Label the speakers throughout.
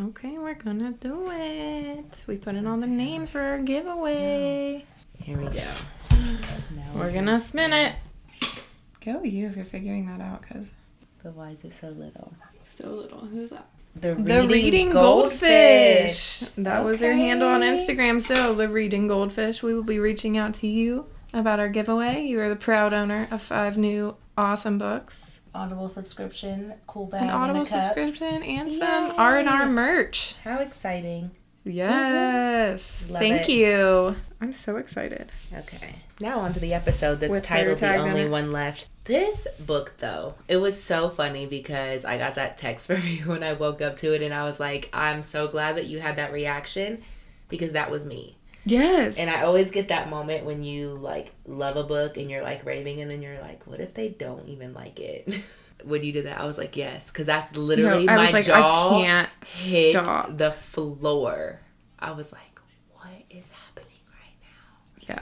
Speaker 1: Okay, we're gonna do it. We put in all the names for our giveaway. Here we go.
Speaker 2: Now
Speaker 1: We're gonna spin it. Go you if you're figuring that out, cause
Speaker 2: But why is it so little?
Speaker 1: so little. Who's that?
Speaker 2: The
Speaker 1: The Reading Goldfish. That was their handle on
Speaker 2: Okay.
Speaker 1: Instagram. So, The Reading Goldfish, we will be reaching out to you about our giveaway. You are the proud owner of five new awesome books,
Speaker 2: Audible subscription, cool bag,
Speaker 1: an
Speaker 2: and a
Speaker 1: Audible
Speaker 2: cup.
Speaker 1: subscription, and some
Speaker 2: Yay.
Speaker 1: R and R merch.
Speaker 2: How exciting!
Speaker 1: Yes,
Speaker 2: Love
Speaker 1: thank
Speaker 2: it.
Speaker 1: you. I'm so excited.
Speaker 2: Okay, now on to the episode that's
Speaker 1: With her
Speaker 2: titled "The
Speaker 1: tag on
Speaker 2: Only
Speaker 1: it.
Speaker 2: One Left." This book, though, it was so funny because I got that text from you when I woke up to it, and I was like, "I'm so glad that you had that reaction." Because that was me.
Speaker 1: Yes,
Speaker 2: And I always get that moment when you like love a book and you're like raving, and then you're like, what if they don't even like it? when you did that, I was like, yes, because that's literally
Speaker 1: no, I
Speaker 2: my
Speaker 1: was like,
Speaker 2: jaw
Speaker 1: I can't
Speaker 2: hit
Speaker 1: stop.
Speaker 2: the floor. I was like, what is happening right
Speaker 1: Yeah,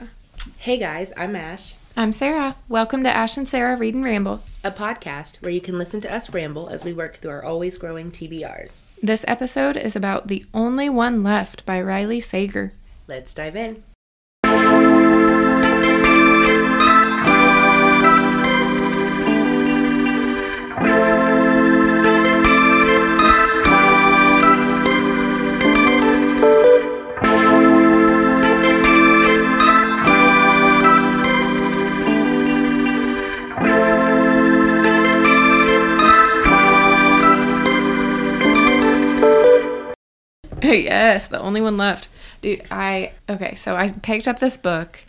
Speaker 2: now? Hey guys, I'm Ash.
Speaker 1: I'm Sarah. Welcome to Ash and Sarah Read and Ramble.
Speaker 2: A podcast where you can listen to us ramble as we work through our always growing TBRs.
Speaker 1: This episode is about The Only One Left by Riley Sager.
Speaker 2: Let's dive in.
Speaker 1: yes, the only one left. Dude, I okay, so I picked up this book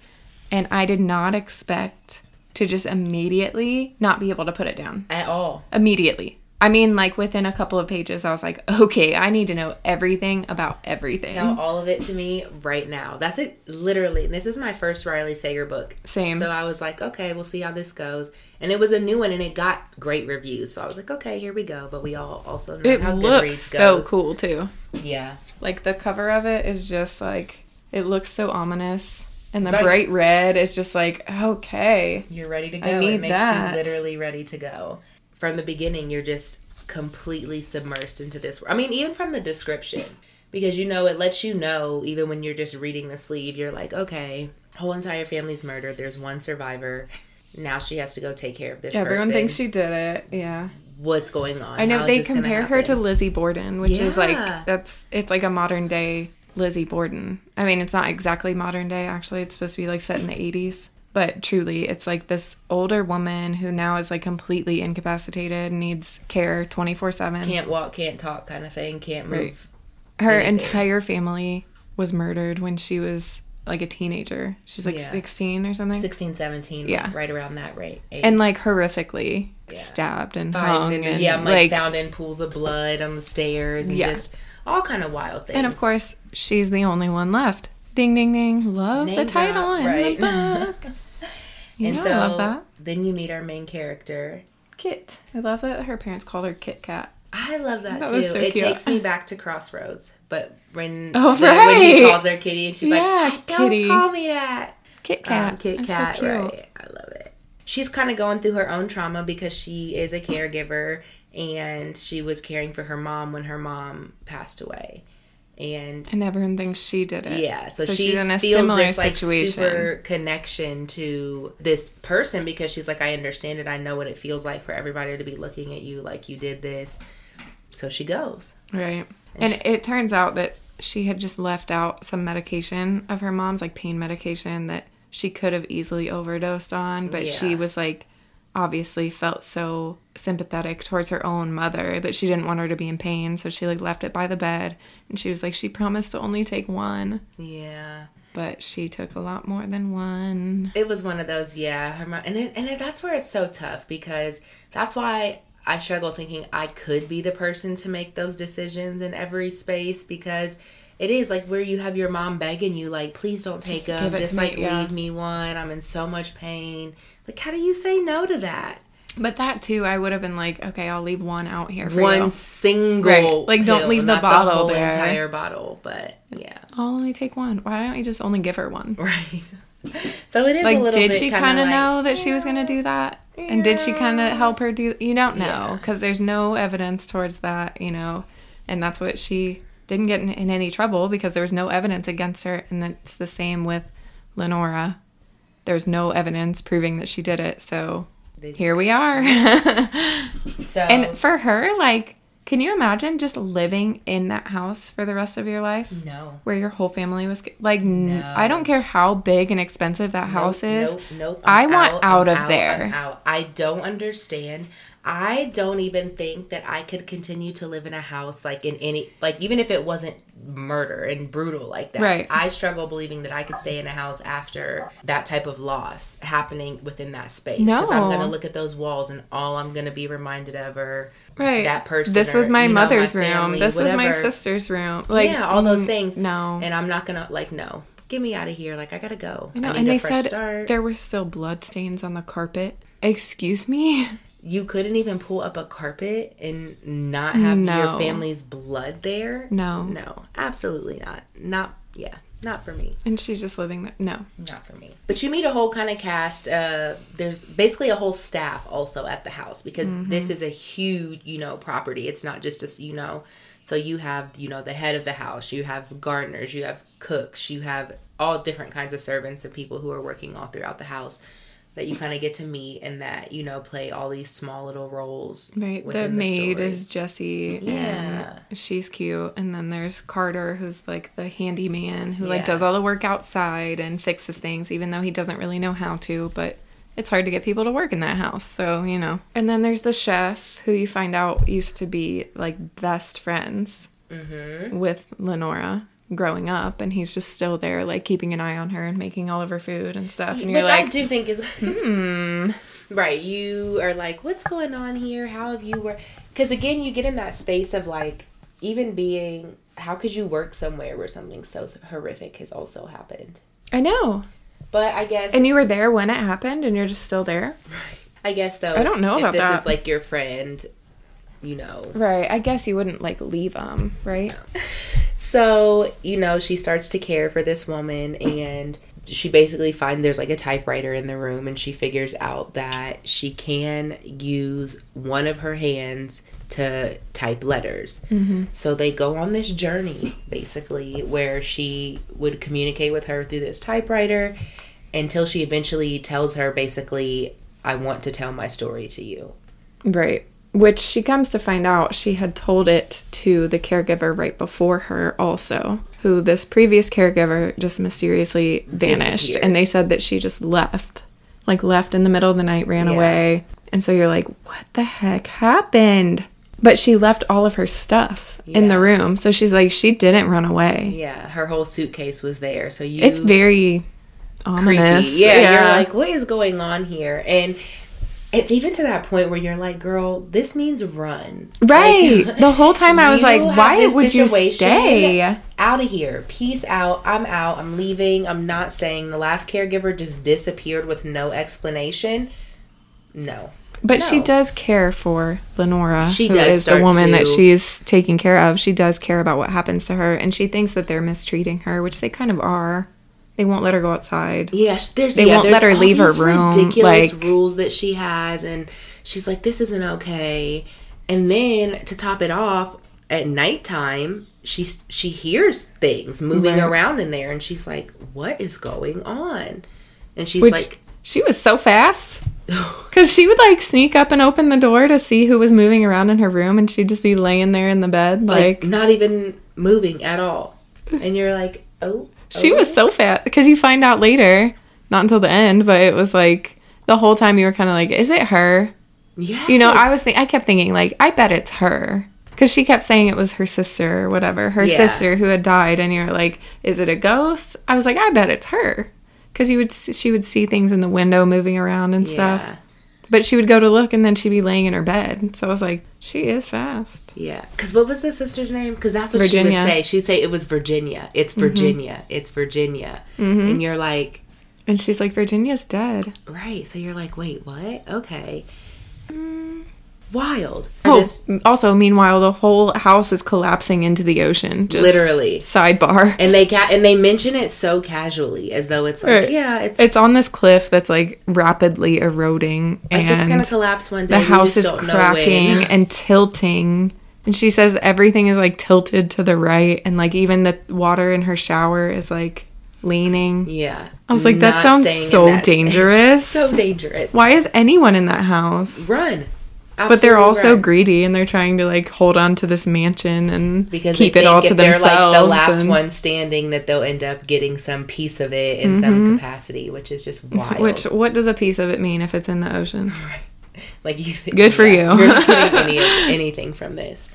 Speaker 1: and I did not expect to just immediately not be able to put it down.
Speaker 2: At all.
Speaker 1: Immediately. I mean, like within a couple of pages, I was like, okay, I need to know everything about everything.
Speaker 2: Tell all of it to me right now. That's it. Literally, this is my first Riley Sager book.
Speaker 1: Same.
Speaker 2: So I was like, okay, we'll see how this goes. And it was a new one, and it got great reviews. So I was like, okay, here we go. But we all also know
Speaker 1: it
Speaker 2: how
Speaker 1: looks
Speaker 2: Goodreads
Speaker 1: so
Speaker 2: goes.
Speaker 1: cool too.
Speaker 2: Yeah.
Speaker 1: Like the cover of it is just like, it looks so ominous. And the
Speaker 2: Right.
Speaker 1: bright red is just like, okay.
Speaker 2: You're ready to go.
Speaker 1: I need
Speaker 2: it makes
Speaker 1: that.
Speaker 2: you literally ready to go. From the beginning, you're just completely submersed into this. I mean, even from the description, because you know, it lets you know, even when you're just reading the sleeve, you're like, okay, whole entire family's murdered. There's one survivor. Now she has to go take care of this
Speaker 1: Everyone
Speaker 2: person.
Speaker 1: thinks she did it. Yeah.
Speaker 2: What's going on?
Speaker 1: I know
Speaker 2: How is
Speaker 1: they
Speaker 2: this gonna
Speaker 1: compare her to
Speaker 2: happen?
Speaker 1: Lizzie Borden, which is
Speaker 2: Yeah.
Speaker 1: like that's it's like a modern day Lizzie Borden. I mean, it's not exactly modern day actually. It's supposed to be like set in the 80s, but truly it's like this older woman who now is like completely incapacitated, needs care 24/7.
Speaker 2: can't walk, can't talk, kind of thing. Can't move.
Speaker 1: Right. Her
Speaker 2: anything.
Speaker 1: entire family was murdered when she was like a teenager. She's like
Speaker 2: Yeah.
Speaker 1: 16 or something.
Speaker 2: 16, 17,
Speaker 1: Yeah.
Speaker 2: right around that rate. Age.
Speaker 1: And like horrifically stabbed and hung
Speaker 2: Found in-
Speaker 1: and
Speaker 2: yeah, I'm,
Speaker 1: like
Speaker 2: like, found in pools of blood on the stairs and
Speaker 1: Yeah.
Speaker 2: just all kind of wild things.
Speaker 1: And of course, she's the only one left. Ding, ding, ding. Love the
Speaker 2: Name
Speaker 1: title
Speaker 2: drop,
Speaker 1: and
Speaker 2: right.
Speaker 1: the book. You
Speaker 2: and
Speaker 1: know,
Speaker 2: so
Speaker 1: I love that.
Speaker 2: then you meet our main character.
Speaker 1: Kit. I love that her parents called her Kit Kat.
Speaker 2: I love that,
Speaker 1: That
Speaker 2: too.
Speaker 1: was so
Speaker 2: it
Speaker 1: cute.
Speaker 2: takes me back to Crossroads, but when
Speaker 1: Oh,
Speaker 2: when- when he
Speaker 1: right.
Speaker 2: calls her Kitty and she's
Speaker 1: Yeah,
Speaker 2: like, I "Don't
Speaker 1: Kitty.
Speaker 2: call me that."
Speaker 1: Kit Kat.
Speaker 2: Um, Kit
Speaker 1: That's
Speaker 2: Kat,
Speaker 1: so cute.
Speaker 2: right? I love it. She's kind of going through her own trauma because she is a caregiver and she was caring for her mom when her mom passed away, and
Speaker 1: And everyone thinks she did it.
Speaker 2: Yeah, so,
Speaker 1: So
Speaker 2: she
Speaker 1: she's in a
Speaker 2: feels
Speaker 1: similar
Speaker 2: this like
Speaker 1: situation.
Speaker 2: super connection to this person because she's like, I understand it. I know what it feels like for everybody to be looking at you like you did this. So she goes.
Speaker 1: Right. And it turns out that she had just left out some medication of her mom's, like pain medication that she could have easily overdosed on, but she
Speaker 2: Yeah.
Speaker 1: was like obviously felt so sympathetic towards her own mother that she didn't want her to be in pain, so she like left it by the bed and she was like she promised to only take one,
Speaker 2: Yeah,
Speaker 1: but she took a lot more than one.
Speaker 2: it was one of those. Yeah, her mom, and it, and it, that's where it's so tough because that's why I struggle thinking I could be the person to make those decisions in every space because. It is like where you have your mom begging you, like, please don't take
Speaker 1: Just
Speaker 2: them.
Speaker 1: give it to
Speaker 2: Just
Speaker 1: me,
Speaker 2: like
Speaker 1: yeah.
Speaker 2: leave me one. I'm in so much pain. Like, how do you say no to that?
Speaker 1: But that too I would have been like, okay, I'll leave one out here for
Speaker 2: one
Speaker 1: you.
Speaker 2: single
Speaker 1: Right. Like, don't
Speaker 2: pill,
Speaker 1: leave the
Speaker 2: not
Speaker 1: bottle
Speaker 2: whole
Speaker 1: there.
Speaker 2: entire bottle but yeah
Speaker 1: I'll only take one. Why don't you just only give her one?
Speaker 2: right so it is a
Speaker 1: like
Speaker 2: little
Speaker 1: did
Speaker 2: bit
Speaker 1: she
Speaker 2: kinda
Speaker 1: kind of
Speaker 2: like,
Speaker 1: know that she was going to do that and did she kind of help her do you don't know
Speaker 2: Yeah.
Speaker 1: because there's no evidence towards that you know And that's what she didn't get in, in any trouble because there was no evidence against her. And that's the same with Lenora. There's no evidence proving that she did it. So
Speaker 2: They
Speaker 1: here we are.
Speaker 2: So
Speaker 1: and for her, like, can you imagine just living in that house for the rest of your life?
Speaker 2: no.
Speaker 1: Where your whole family was like, n
Speaker 2: Mm. No.
Speaker 1: I don't care how big and expensive that house
Speaker 2: Nope,
Speaker 1: is.
Speaker 2: Nope, nope,
Speaker 1: I
Speaker 2: I'm
Speaker 1: want out
Speaker 2: I'm
Speaker 1: of there.
Speaker 2: I'm out. I don't understand. I don't even think that I could continue to live in a house like in any like even if it wasn't murder and brutal like that.
Speaker 1: Right.
Speaker 2: I struggle believing that I could stay in a house after that type of loss happening within that space. Because I'm
Speaker 1: No.
Speaker 2: gonna look at those walls and all I'm gonna be reminded of are
Speaker 1: Right.
Speaker 2: that person
Speaker 1: This
Speaker 2: or,
Speaker 1: was my
Speaker 2: you know, my
Speaker 1: mother's room.
Speaker 2: family,
Speaker 1: This was my
Speaker 2: whatever.
Speaker 1: sister's room. Like
Speaker 2: yeah, all those
Speaker 1: mm,
Speaker 2: things.
Speaker 1: No.
Speaker 2: And I'm not gonna like no. Get me out of here. Like I gotta go. I,
Speaker 1: no,
Speaker 2: need
Speaker 1: and
Speaker 2: a
Speaker 1: they
Speaker 2: fresh
Speaker 1: said
Speaker 2: start.
Speaker 1: there were still bloodstains on the carpet. Excuse me?
Speaker 2: you couldn't even pull up a carpet and not have
Speaker 1: No.
Speaker 2: your family's blood there.
Speaker 1: No.
Speaker 2: No, absolutely not. Not, yeah, not for me.
Speaker 1: And she's just living there. No.
Speaker 2: Not for me. But you meet a whole kind of cast. Uh, there's basically a whole staff also at the house because
Speaker 1: Mm-hmm.
Speaker 2: this is a huge, you know, property. It's not just a, s- you know, so you have, you know, the head of the house, you have gardeners, you have cooks, you have all different kinds of servants and people who are working all throughout the house that you kind of get to meet and that, you know, play all these small little roles.
Speaker 1: Right. The
Speaker 2: within
Speaker 1: maid
Speaker 2: story.
Speaker 1: is Jessie
Speaker 2: Yeah.
Speaker 1: and she's cute. And then there's Carter who's like the handyman who
Speaker 2: Yeah.
Speaker 1: like does all the work outside and fixes things even though he doesn't really know how to, but it's hard to get people to work in that house, so you know. And then there's the chef who you find out used to be like best friends
Speaker 2: Mm-hmm.
Speaker 1: with Lenora growing up and he's just still there like keeping an eye on her and making all of her food and stuff and
Speaker 2: Which
Speaker 1: you're like "Hmm."
Speaker 2: I do think is right. You are like, what's going on here? How have you worked? Because again, you get in that space of like, even being, how could you work somewhere where something so horrific has also happened?
Speaker 1: I know.
Speaker 2: But I guess,
Speaker 1: And you were there when it happened and you're just still there?
Speaker 2: I guess though,
Speaker 1: I don't know
Speaker 2: if
Speaker 1: about
Speaker 2: this is
Speaker 1: that.
Speaker 2: like your friend, you know.
Speaker 1: Right. I guess you wouldn't like leave them, right?
Speaker 2: So you know, she starts to care for this woman, and she basically finds there's like a typewriter in the room, and she figures out that she can use one of her hands to type letters. So they go on this journey basically where she would communicate with her through this typewriter until she eventually tells her basically, "I want to tell my story to you."
Speaker 1: Right. Which she comes to find out she had told it to the caregiver right before her, also, who this previous caregiver just mysteriously vanished.
Speaker 2: Disappeared.
Speaker 1: And they said that she just left, like left in the middle of the night, ran away. And so you're like, what the heck happened? But she left all of her stuff in the
Speaker 2: Yeah.
Speaker 1: room. So she's like, she didn't run away.
Speaker 2: Yeah, her whole suitcase was there. So you
Speaker 1: It's very ominous.
Speaker 2: creepy. Yeah, you're like, what is going on here? And it's even to that point where you're like, girl, this means run.
Speaker 1: Right. the whole time I was
Speaker 2: You
Speaker 1: like,
Speaker 2: have
Speaker 1: why
Speaker 2: this
Speaker 1: would you
Speaker 2: situation
Speaker 1: stay?
Speaker 2: Out of here. Peace out. I'm out. I'm leaving. I'm not staying. The last caregiver just disappeared with no explanation. No.
Speaker 1: But she
Speaker 2: No.
Speaker 1: does care for Lenora,
Speaker 2: She
Speaker 1: who
Speaker 2: does
Speaker 1: is the
Speaker 2: start
Speaker 1: woman that
Speaker 2: to-
Speaker 1: she's taking care of. She does care about what happens to her, and she thinks that they're mistreating her, which they kind of are. They won't let her go outside.
Speaker 2: Yeah, sh- there's
Speaker 1: They
Speaker 2: yeah,
Speaker 1: won't
Speaker 2: there's
Speaker 1: let her
Speaker 2: all
Speaker 1: leave her
Speaker 2: these
Speaker 1: room,
Speaker 2: Ridiculous
Speaker 1: like-
Speaker 2: rules that she has, and she's like, "This isn't okay." And then to top it off, at nighttime, she she hears things moving
Speaker 1: Right.
Speaker 2: around in there, and she's like, "What is going on?" And she's
Speaker 1: Which
Speaker 2: like,
Speaker 1: she was so fast. Because she would like sneak up and open the door to see who was moving around in her room, and she'd just be laying there in the bed. Like,
Speaker 2: like not even moving at all. And you're like, "Oh."
Speaker 1: she was so fast. Because you find out later, not until the end, but it was like the whole time you were kind of like, is it her?
Speaker 2: yeah.
Speaker 1: You know, I was think I kept thinking like I bet it's her because she kept saying it was her sister or whatever, her
Speaker 2: Yeah.
Speaker 1: sister who had died, and you're like, is it a ghost? I was like, I bet it's her because you would s- she would see things in the window moving around and
Speaker 2: Yeah.
Speaker 1: stuff, but she would go to look and then she'd be laying in her bed. So I was like, she is fast.
Speaker 2: Yeah, because what was the sister's name? Because that's what she
Speaker 1: Virginia. Mm-hmm.
Speaker 2: would say. She'd say it was Virginia. It's Virginia. It's Virginia. And you're like,
Speaker 1: And she's like, Virginia's dead.
Speaker 2: Right. So you're like, wait, what? Okay. Mm, Wild.
Speaker 1: Oh,
Speaker 2: I just-
Speaker 1: also, meanwhile, the whole house is collapsing into the ocean. Just
Speaker 2: Literally.
Speaker 1: Sidebar.
Speaker 2: and they ca- and they mention it so casually, as though it's like,
Speaker 1: Right.
Speaker 2: yeah, it's
Speaker 1: It's on this cliff that's like rapidly eroding,
Speaker 2: like
Speaker 1: and
Speaker 2: it's gonna collapse one day.
Speaker 1: the
Speaker 2: we
Speaker 1: house
Speaker 2: just
Speaker 1: is
Speaker 2: don't know when.
Speaker 1: cracking and tilting And she says everything is like tilted to the right, and like even the water in her shower is like leaning.
Speaker 2: Yeah.
Speaker 1: I was like, that
Speaker 2: Not
Speaker 1: sounds
Speaker 2: staying in
Speaker 1: so
Speaker 2: that space.
Speaker 1: dangerous.
Speaker 2: so dangerous.
Speaker 1: Why is anyone in that house?
Speaker 2: Run.
Speaker 1: But they're
Speaker 2: Absolutely
Speaker 1: also
Speaker 2: run.
Speaker 1: greedy and they're trying to like hold on to this mansion and
Speaker 2: because
Speaker 1: keep
Speaker 2: they
Speaker 1: it all
Speaker 2: think
Speaker 1: to
Speaker 2: if they're
Speaker 1: themselves.
Speaker 2: like the last
Speaker 1: and-
Speaker 2: one standing that they'll end up getting some piece of it in some capacity, which is just wild.
Speaker 1: Mm-hmm. Which what does a piece of it mean if it's in the ocean?
Speaker 2: like you think
Speaker 1: Good for
Speaker 2: yeah,
Speaker 1: you.
Speaker 2: You're not getting any of, anything from this.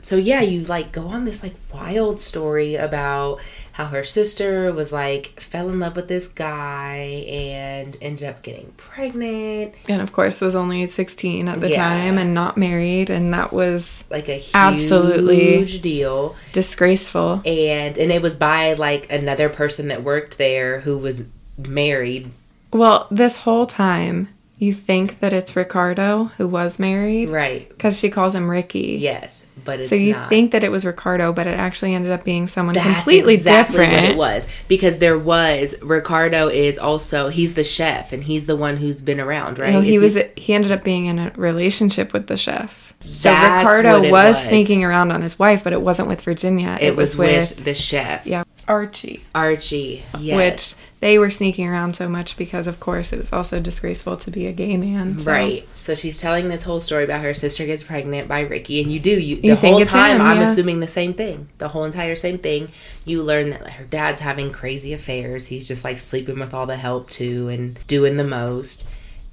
Speaker 2: So yeah, you like go on this like wild story about how her sister was like fell in love with this guy and ended up getting pregnant.
Speaker 1: And of course was only 16 at the
Speaker 2: Yeah.
Speaker 1: time and not married and that was
Speaker 2: Like a huge
Speaker 1: Absolutely.
Speaker 2: deal.
Speaker 1: disgraceful.
Speaker 2: And and it was by like another person that worked there who was married.
Speaker 1: Well, this whole time you think that it's Ricardo who was married
Speaker 2: Right.
Speaker 1: cuz she calls him Ricky.
Speaker 2: Yes. But it's
Speaker 1: So you
Speaker 2: not.
Speaker 1: think that it was Ricardo, but it actually ended up being someone
Speaker 2: That's
Speaker 1: completely
Speaker 2: exactly
Speaker 1: different.
Speaker 2: What it was because there was Ricardo is also he's the chef and he's the one who's been around, right?
Speaker 1: No, he
Speaker 2: Is
Speaker 1: was he ended up being in a relationship with the chef. So
Speaker 2: That's
Speaker 1: Ricardo
Speaker 2: what
Speaker 1: was,
Speaker 2: it was.
Speaker 1: sneaking around on his wife, but it wasn't with Virginia. It,
Speaker 2: It
Speaker 1: was, with,
Speaker 2: the chef,
Speaker 1: yeah, Archie,
Speaker 2: Archie. Yes,
Speaker 1: which they were sneaking around so much because of course it was also disgraceful to be a gay man. so-
Speaker 2: right. So she's telling this whole story about her sister gets pregnant by Ricky, and you do you the
Speaker 1: You think
Speaker 2: whole
Speaker 1: it's
Speaker 2: time.
Speaker 1: him,
Speaker 2: I'm
Speaker 1: yeah.
Speaker 2: assuming the same thing, the whole entire same thing. You learn that her dad's having crazy affairs. He's just like sleeping with all the help too and doing the most,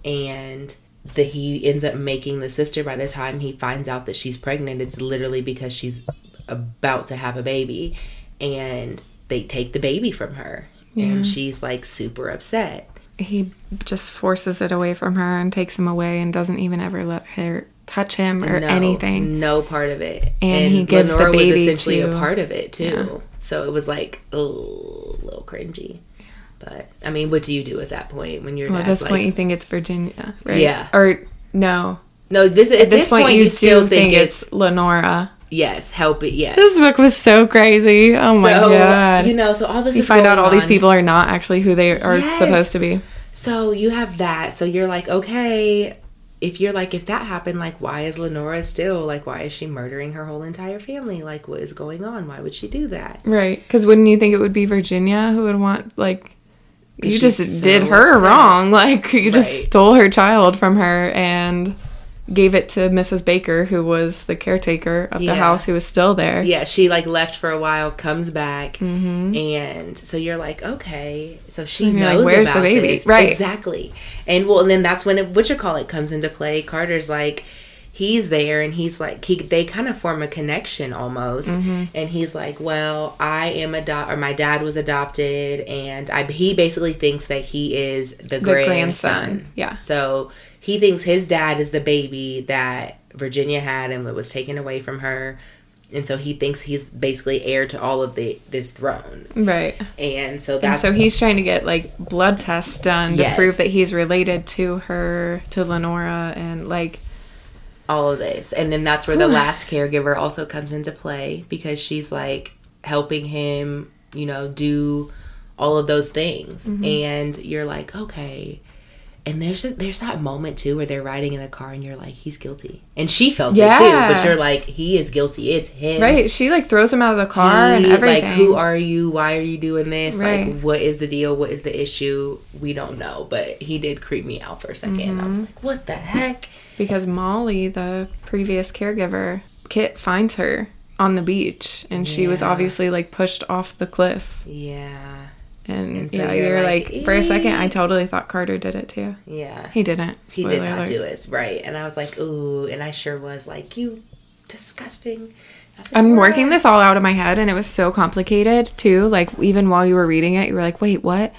Speaker 2: and. That he ends up making the sister by the time he finds out that she's pregnant, it's literally because she's about to have a baby and they take the baby from her. And she's like super upset.
Speaker 1: He just forces it away from her and takes him away and doesn't even ever let her touch him or
Speaker 2: No,
Speaker 1: anything.
Speaker 2: No part of it.
Speaker 1: And he gives the
Speaker 2: Lenore
Speaker 1: baby
Speaker 2: was essentially
Speaker 1: to-
Speaker 2: a part of it too. So it was like oh, a little cringy. But I mean, what do you do at that point when you're
Speaker 1: Well, at this
Speaker 2: like,
Speaker 1: point, you think it's Virginia, right?
Speaker 2: Yeah.
Speaker 1: Or no,
Speaker 2: no? This at,
Speaker 1: at this, point, you,
Speaker 2: you still
Speaker 1: do
Speaker 2: think, it's,
Speaker 1: Lenora.
Speaker 2: yes, help it, yes.
Speaker 1: This book was so crazy. Oh my
Speaker 2: so
Speaker 1: god!
Speaker 2: you know, so all this
Speaker 1: you
Speaker 2: is
Speaker 1: find out
Speaker 2: going
Speaker 1: all these
Speaker 2: on.
Speaker 1: people are not actually who they are
Speaker 2: Yes.
Speaker 1: supposed to be.
Speaker 2: So you have that. So you're like, okay, if you're like, if that happened, like, why is Lenora still like, why is she murdering her whole entire family? Like, what is going on? Why would she do that?
Speaker 1: Right. Because wouldn't you think it would be Virginia who would want, like, you
Speaker 2: she's
Speaker 1: just
Speaker 2: so
Speaker 1: did her
Speaker 2: upset.
Speaker 1: wrong. Like, you just
Speaker 2: Right.
Speaker 1: stole her child from her and gave it to Mrs. Baker, who was the caretaker of the
Speaker 2: Yeah.
Speaker 1: house who was still there. Mm-hmm.
Speaker 2: Yeah, she like left for a while, comes back, and so you're like, okay, so she
Speaker 1: you're like,
Speaker 2: knows
Speaker 1: "Where's the
Speaker 2: about
Speaker 1: baby?"
Speaker 2: this.
Speaker 1: Right.
Speaker 2: exactly. And well, and then that's when it, what you call it comes into play. Carter's like, he's there, and he's like, he they kind of form a connection almost,
Speaker 1: Mm-hmm.
Speaker 2: and he's like, well, I am adopt, or my dad was adopted, and I he basically thinks that he is the,
Speaker 1: The
Speaker 2: grandson.
Speaker 1: grandson. Yeah.
Speaker 2: So he thinks his dad is the baby that Virginia had and that was taken away from her. And so he thinks he's basically heir to all of the this throne.
Speaker 1: Right.
Speaker 2: And so
Speaker 1: And
Speaker 2: that's
Speaker 1: so he's trying to get, like, blood tests done to
Speaker 2: Yes.
Speaker 1: prove that he's related to her, to Lenora, and, like,
Speaker 2: all of this. And then that's where the last caregiver also comes into play because she's like helping him, you know, do all of those things.
Speaker 1: Mm-hmm.
Speaker 2: And you're like, okay. And there's there's that moment too where they're riding in the car and you're like, he's guilty. And she felt it
Speaker 1: Yeah.
Speaker 2: too, but you're like, he is guilty. It's him.
Speaker 1: right. She, like, throws him out of the car and
Speaker 2: He-
Speaker 1: everything.
Speaker 2: Like, who are you? Why are you doing this?
Speaker 1: Right.
Speaker 2: Like, what is the deal? What is the issue? We don't know. But he did creep me out for a 2nd I
Speaker 1: Mm-hmm.
Speaker 2: was like, what the heck?
Speaker 1: because Molly, the previous caregiver, Kit finds her on the beach, and she was
Speaker 2: Yeah.
Speaker 1: obviously like pushed off the cliff.
Speaker 2: Yeah.
Speaker 1: And,
Speaker 2: And so
Speaker 1: yeah,
Speaker 2: you're
Speaker 1: you're, like,
Speaker 2: like,
Speaker 1: for a second, I
Speaker 2: "Eek."
Speaker 1: totally thought Carter did it too.
Speaker 2: Yeah.
Speaker 1: He didn't.
Speaker 2: He
Speaker 1: Spoiler
Speaker 2: did not
Speaker 1: alert.
Speaker 2: do it. Right. And I was like, ooh. And I sure was like, you disgusting. I was like,
Speaker 1: I'm
Speaker 2: "Wow."
Speaker 1: working this all out of my head, and it was so complicated too. Like even while you were reading it, you were like, wait, what?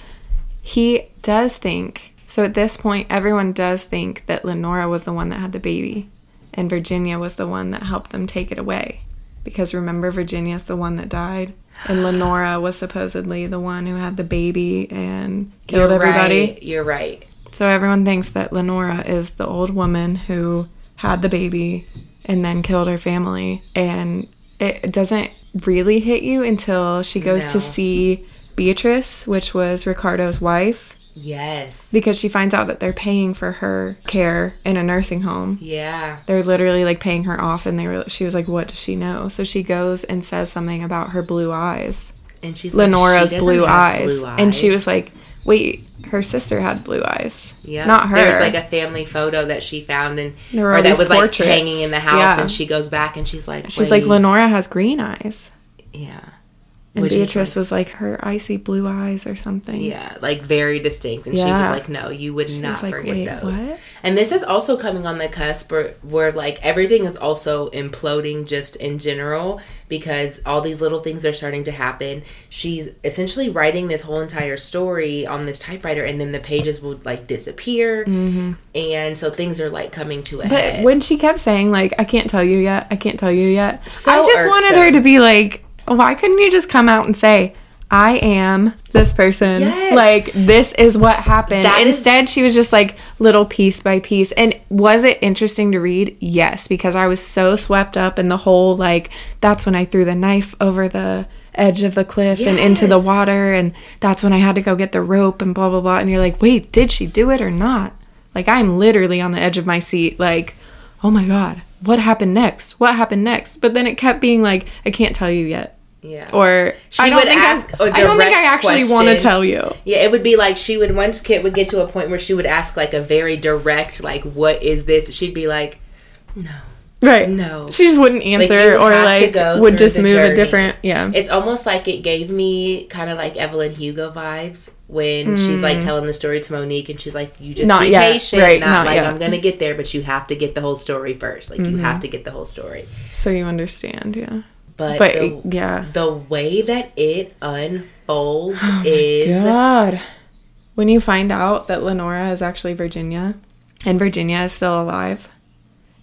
Speaker 1: He does think. So at this point, everyone does think that Lenora was the one that had the baby, and Virginia was the one that helped them take it away. Because remember, Virginia's the one that died, and Lenora was supposedly the one who had the baby and killed
Speaker 2: You're
Speaker 1: everybody.
Speaker 2: right. You're right.
Speaker 1: So everyone thinks that Lenora is the old woman who had the baby and then killed her family. And it doesn't really hit you until she goes
Speaker 2: No.
Speaker 1: to see Beatrice, which was Ricardo's wife.
Speaker 2: Yes.
Speaker 1: because she finds out that they're paying for her care in a nursing home.
Speaker 2: Yeah.
Speaker 1: They're literally like paying her off, and they were. She was like, "What does she know?" So she goes and says something about her blue eyes,
Speaker 2: And she's like,
Speaker 1: Lenora's
Speaker 2: she doesn't
Speaker 1: blue
Speaker 2: have
Speaker 1: eyes.
Speaker 2: blue
Speaker 1: and she
Speaker 2: eyes.
Speaker 1: was like, "Wait, her sister had blue eyes,
Speaker 2: Yeah.
Speaker 1: not her."
Speaker 2: There was like a family photo that she found and
Speaker 1: There were
Speaker 2: or
Speaker 1: all
Speaker 2: that
Speaker 1: these
Speaker 2: was like
Speaker 1: portraits.
Speaker 2: hanging in the house
Speaker 1: Yeah.
Speaker 2: and she goes back and she's like
Speaker 1: She's
Speaker 2: "Wait."
Speaker 1: like, "Lenora has green eyes,"
Speaker 2: Yeah.
Speaker 1: and
Speaker 2: Which is
Speaker 1: Beatrice was like, "Her icy blue eyes or something."
Speaker 2: Yeah, like very distinct. And she was
Speaker 1: Yeah.
Speaker 2: like, No, you would
Speaker 1: She
Speaker 2: not
Speaker 1: was like,
Speaker 2: forget
Speaker 1: "Wait,
Speaker 2: those.
Speaker 1: what?"
Speaker 2: And this is also coming on the cusp where, where like everything is also imploding just in general because all these little things are starting to happen. She's essentially writing this whole entire story on this typewriter and then the pages will like disappear. And so things are like coming to a
Speaker 1: Mm-hmm. But
Speaker 2: head.
Speaker 1: when she kept saying like, "I can't tell you yet," "I can't tell you yet,"
Speaker 2: So
Speaker 1: I just wanted
Speaker 2: irksome.
Speaker 1: her to be like, "Why couldn't you just come out and say?" I am this person.
Speaker 2: Yes.
Speaker 1: Like this is what happened.
Speaker 2: That is-
Speaker 1: Instead, she was just like little piece by piece. And was it interesting to read? Yes, because I was so swept up in the whole like that's when I threw the knife over the edge of the cliff and into the
Speaker 2: Yes.
Speaker 1: water and that's when I had to go get the rope and blah blah blah and you're like, "Wait, did she do it or not?" Like I'm literally on the edge of my seat like, "Oh my god, what happened next? What happened next?" But then it kept being like, "I can't tell you yet."
Speaker 2: yeah.
Speaker 1: Or
Speaker 2: She
Speaker 1: I don't
Speaker 2: would
Speaker 1: think
Speaker 2: ask
Speaker 1: I,
Speaker 2: a
Speaker 1: I don't think I
Speaker 2: direct
Speaker 1: actually want to
Speaker 2: question.
Speaker 1: tell you.
Speaker 2: Yeah, it would be like she would once kid would get to a point where she would ask like a very direct like what is this? She'd be like no.
Speaker 1: Right.
Speaker 2: No.
Speaker 1: She just wouldn't answer
Speaker 2: you
Speaker 1: or
Speaker 2: have to
Speaker 1: like
Speaker 2: go
Speaker 1: would
Speaker 2: through
Speaker 1: just
Speaker 2: the
Speaker 1: move
Speaker 2: journey.
Speaker 1: a different yeah.
Speaker 2: It's almost like it gave me kind of like Evelyn Hugo vibes when she's like telling the story to Monique and she's like, you just
Speaker 1: Mm. Not
Speaker 2: be
Speaker 1: yet,
Speaker 2: patient.
Speaker 1: right,
Speaker 2: Not,
Speaker 1: not
Speaker 2: like,
Speaker 1: yet. Mm-hmm.
Speaker 2: I'm going to get there, but you have to get the whole story first. Like, you have to get the whole story.
Speaker 1: so you understand, yeah.
Speaker 2: But,
Speaker 1: But
Speaker 2: the,
Speaker 1: yeah. Oh
Speaker 2: the way that it unfolds is.
Speaker 1: God. When you find out that Lenora is actually Virginia and Virginia is still alive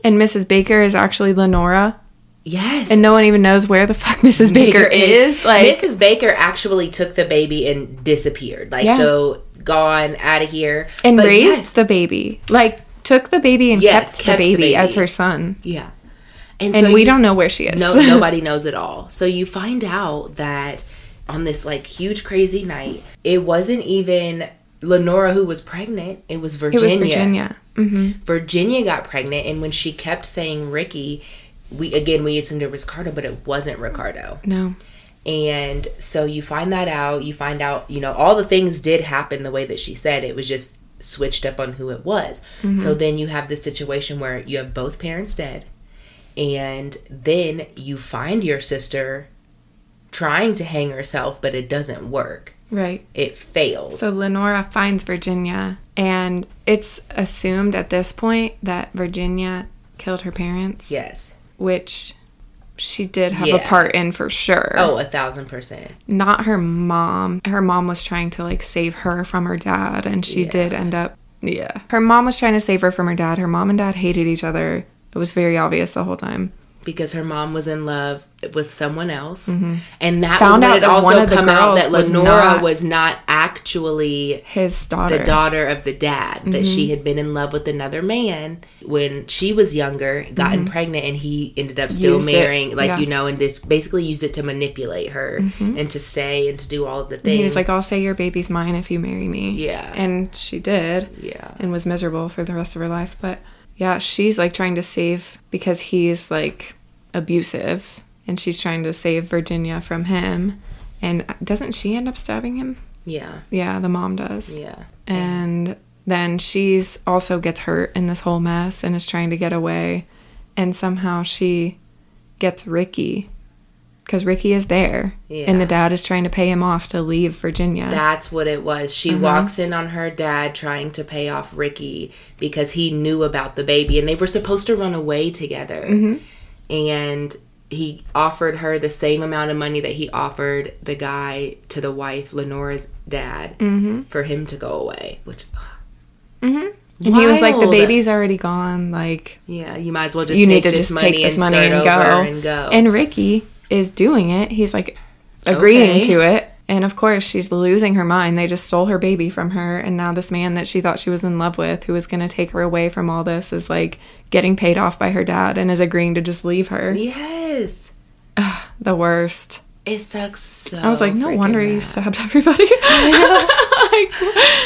Speaker 1: and Mrs. Baker is actually Lenora
Speaker 2: Yes.
Speaker 1: and no one even knows where the fuck Mrs. Baker, is, like
Speaker 2: Mrs. Baker actually took the baby and disappeared. Like,
Speaker 1: Yeah.
Speaker 2: so gone out of here.
Speaker 1: and
Speaker 2: But
Speaker 1: raised
Speaker 2: yes,
Speaker 1: the baby. Like took the baby and
Speaker 2: Yes,
Speaker 1: kept,
Speaker 2: kept the
Speaker 1: the, baby as
Speaker 2: baby.
Speaker 1: her son.
Speaker 2: yeah.
Speaker 1: And
Speaker 2: so
Speaker 1: we
Speaker 2: you-
Speaker 1: don't know where she is.
Speaker 2: No, nobody knows at all. So you find out that on this like huge crazy night, it wasn't even Lenora who was pregnant. It was
Speaker 1: it
Speaker 2: Virginia.
Speaker 1: was Virginia. hmm
Speaker 2: Virginia got pregnant, and when she kept saying Ricky, we again we assumed it was Ricardo, but it wasn't Ricardo.
Speaker 1: No.
Speaker 2: And so you find that out. You find out, you know, all the things did happen the way that she said. It was just switched up on who it was.
Speaker 1: Mm-hmm.
Speaker 2: So then you have this situation where you have both parents dead. And then you find your sister trying to hang herself, but it doesn't work.
Speaker 1: Right.
Speaker 2: It fails.
Speaker 1: So Lenora finds Virginia, and it's assumed at this point that Virginia killed her parents,
Speaker 2: yes.
Speaker 1: which she did have a
Speaker 2: Yeah.
Speaker 1: part in for sure.
Speaker 2: Oh, a thousand percent.
Speaker 1: Not her mom. Her mom was trying to like save her from her dad, and she
Speaker 2: Yeah.
Speaker 1: did end up. Yeah. Her mom was trying to save her from her dad. Her mom and dad hated each other. It was very obvious the whole time.
Speaker 2: Because her mom was in love with someone else. And
Speaker 1: Mm-hmm.
Speaker 2: that
Speaker 1: Found
Speaker 2: was when
Speaker 1: out
Speaker 2: it
Speaker 1: that
Speaker 2: also
Speaker 1: one of the
Speaker 2: come out
Speaker 1: girls
Speaker 2: that
Speaker 1: was
Speaker 2: Lenora
Speaker 1: not-
Speaker 2: was not actually
Speaker 1: His daughter.
Speaker 2: the daughter of the dad that
Speaker 1: Mm-hmm.
Speaker 2: she had been in love with another man when she was younger, gotten pregnant, and he ended up still
Speaker 1: Mm-hmm. Used it,
Speaker 2: marrying, like
Speaker 1: yeah. Mm-hmm.
Speaker 2: you know, and this basically used it to manipulate her and to stay and to do all of the things.
Speaker 1: he was like, "I'll say your baby's mine if you marry me."
Speaker 2: Yeah.
Speaker 1: And she did.
Speaker 2: yeah,
Speaker 1: and was miserable for the rest of her life. But yeah, she's like trying to save because he's like abusive and she's trying to save Virginia from him. And uh, doesn't she end up stabbing him?
Speaker 2: yeah,
Speaker 1: Yeah, the mom does.
Speaker 2: yeah,
Speaker 1: And then she's also gets hurt in this whole mess and is trying to get away. And somehow she gets Ricky because Ricky is there. And
Speaker 2: Yeah.
Speaker 1: the dad is trying to pay him off to leave Virginia.
Speaker 2: That's what it was. She
Speaker 1: Mm-hmm.
Speaker 2: walks in on her dad trying to pay off Ricky because he knew about the baby and they were supposed to run away together.
Speaker 1: Mm-hmm.
Speaker 2: And he offered her the same amount of money that he offered the guy to the wife, Lenora's dad,
Speaker 1: Mm-hmm.
Speaker 2: for him to go away. Which,
Speaker 1: and he was like, the
Speaker 2: Wild.
Speaker 1: baby's already gone. Like,
Speaker 2: yeah, you might as well just
Speaker 1: you
Speaker 2: take
Speaker 1: need to
Speaker 2: this
Speaker 1: just
Speaker 2: money
Speaker 1: take this
Speaker 2: and
Speaker 1: money
Speaker 2: start
Speaker 1: and go.
Speaker 2: over and go.
Speaker 1: And Ricky is doing it. He's like agreeing
Speaker 2: Okay.
Speaker 1: to it. And of course, she's losing her mind. They just stole her baby from her. And now this man that she thought she was in love with, who was going to take her away from all this, is like getting paid off by her dad and is agreeing to just leave her.
Speaker 2: yes,
Speaker 1: The worst.
Speaker 2: it sucks so.
Speaker 1: I was like, no
Speaker 2: Oh, freaking
Speaker 1: wonder
Speaker 2: bad.
Speaker 1: you stabbed everybody. like,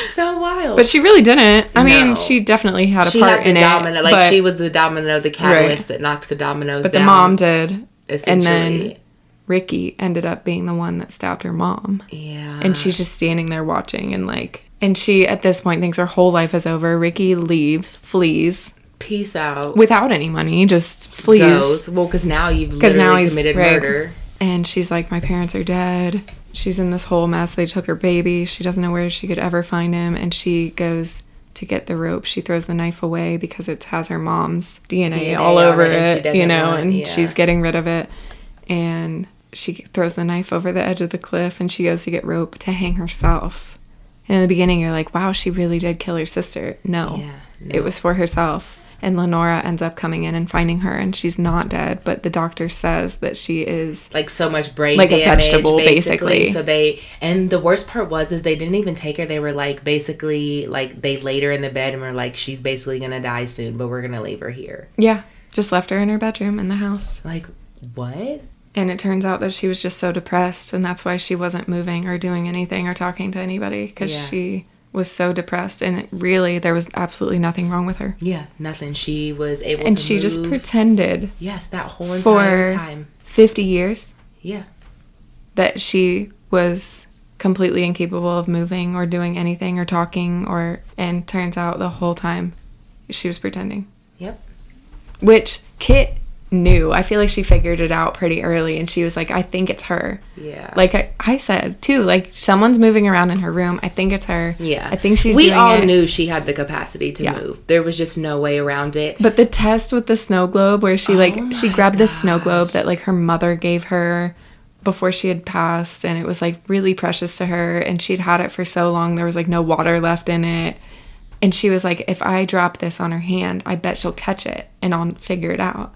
Speaker 2: so wild.
Speaker 1: but she really didn't. I mean,
Speaker 2: No.
Speaker 1: she definitely had a
Speaker 2: she
Speaker 1: part
Speaker 2: had the
Speaker 1: in
Speaker 2: domino.
Speaker 1: it.
Speaker 2: Like
Speaker 1: but,
Speaker 2: she was the domino, the catalyst that knocked the dominoes
Speaker 1: but the
Speaker 2: down.
Speaker 1: mom did, and then
Speaker 2: essentially.
Speaker 1: Ricky ended up being the one that stabbed her mom.
Speaker 2: yeah,
Speaker 1: And she's just standing there watching and like and she at this point thinks her whole life is over. Ricky leaves, flees
Speaker 2: peace out.
Speaker 1: without any money, just flees.
Speaker 2: goes. Well, because now you've
Speaker 1: 'Cause
Speaker 2: literally
Speaker 1: now he's-
Speaker 2: committed
Speaker 1: right.
Speaker 2: murder.
Speaker 1: And she's like, My parents are dead. She's in this whole mess. They took her baby. She doesn't know where she could ever find him. And she goes to get the rope. She throws the knife away because it has her mom's DNA,
Speaker 2: DNA
Speaker 1: all
Speaker 2: on
Speaker 1: over
Speaker 2: it and she
Speaker 1: it, you
Speaker 2: doesn't
Speaker 1: know,
Speaker 2: want-
Speaker 1: and
Speaker 2: yeah.
Speaker 1: she's getting rid of it. And she throws the knife over the edge of the cliff and she goes to get rope to hang herself. And in the beginning, you're like, wow, she really did kill her sister. No,
Speaker 2: Yeah,
Speaker 1: it was for herself. And Lenora ends up coming in and finding her, and she's not dead, but the doctor says that she is
Speaker 2: Like so much brain
Speaker 1: Like a
Speaker 2: damage,
Speaker 1: vegetable, basically.
Speaker 2: So they and the worst part was is they didn't even take her. They were like basically like they laid her in the bed and were like she's basically gonna die soon, but we're gonna leave her here.
Speaker 1: Yeah, just left her in her bedroom in the house.
Speaker 2: Like what?
Speaker 1: And it turns out that she was just so depressed, and that's why she wasn't moving or doing anything or talking to anybody because
Speaker 2: Yeah.
Speaker 1: she was so depressed. And it really, there was absolutely nothing wrong with her.
Speaker 2: Yeah, nothing. She was able
Speaker 1: And
Speaker 2: to
Speaker 1: she just
Speaker 2: move.
Speaker 1: pretended
Speaker 2: yes that whole entire
Speaker 1: for
Speaker 2: time.
Speaker 1: 50 years
Speaker 2: Yeah,
Speaker 1: that she was completely incapable of moving or doing anything or talking or and turns out the whole time she was pretending
Speaker 2: yep.
Speaker 1: which kit knew i feel like she figured it out pretty early and she was like i think it's her
Speaker 2: Yeah.
Speaker 1: like I, I said too like someone's moving around in her room i think it's her
Speaker 2: Yeah.
Speaker 1: i think she's
Speaker 2: We
Speaker 1: doing
Speaker 2: all
Speaker 1: it.
Speaker 2: knew she had the capacity to
Speaker 1: Yeah.
Speaker 2: move. There was just no way around it.
Speaker 1: but the test with the snow globe where she like she
Speaker 2: Oh my
Speaker 1: grabbed this snow globe that like her mother gave her before she had passed and it was like really precious to her and she'd had it for so long there was like no water left in it and she was like if i drop this on her hand i bet she'll catch it and i'll figure it out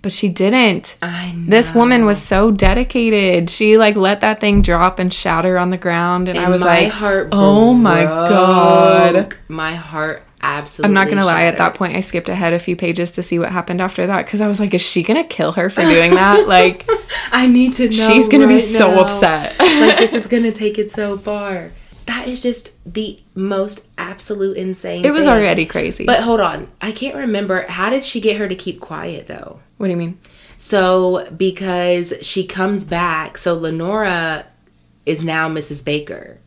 Speaker 1: but she didn't
Speaker 2: I
Speaker 1: this woman was so dedicated. She like let that thing drop and shatter on the ground, and, I was like, "Oh my god!"
Speaker 2: broke. My heart absolutely.
Speaker 1: I'm not gonna lie. At that
Speaker 2: shattered.
Speaker 1: point, I skipped ahead a few pages to see what happened after that because I was like, "Is she gonna kill her for doing that?" Like,
Speaker 2: I need to know.
Speaker 1: she's gonna be
Speaker 2: right
Speaker 1: so
Speaker 2: now.
Speaker 1: upset.
Speaker 2: like this is gonna take it so far. That is just the most absolute insane.
Speaker 1: it was
Speaker 2: thing.
Speaker 1: already crazy.
Speaker 2: But hold on, I can't remember. How did she get her to keep quiet though?
Speaker 1: what do you mean?
Speaker 2: So because she comes back, so Lenora is now Mrs. Baker.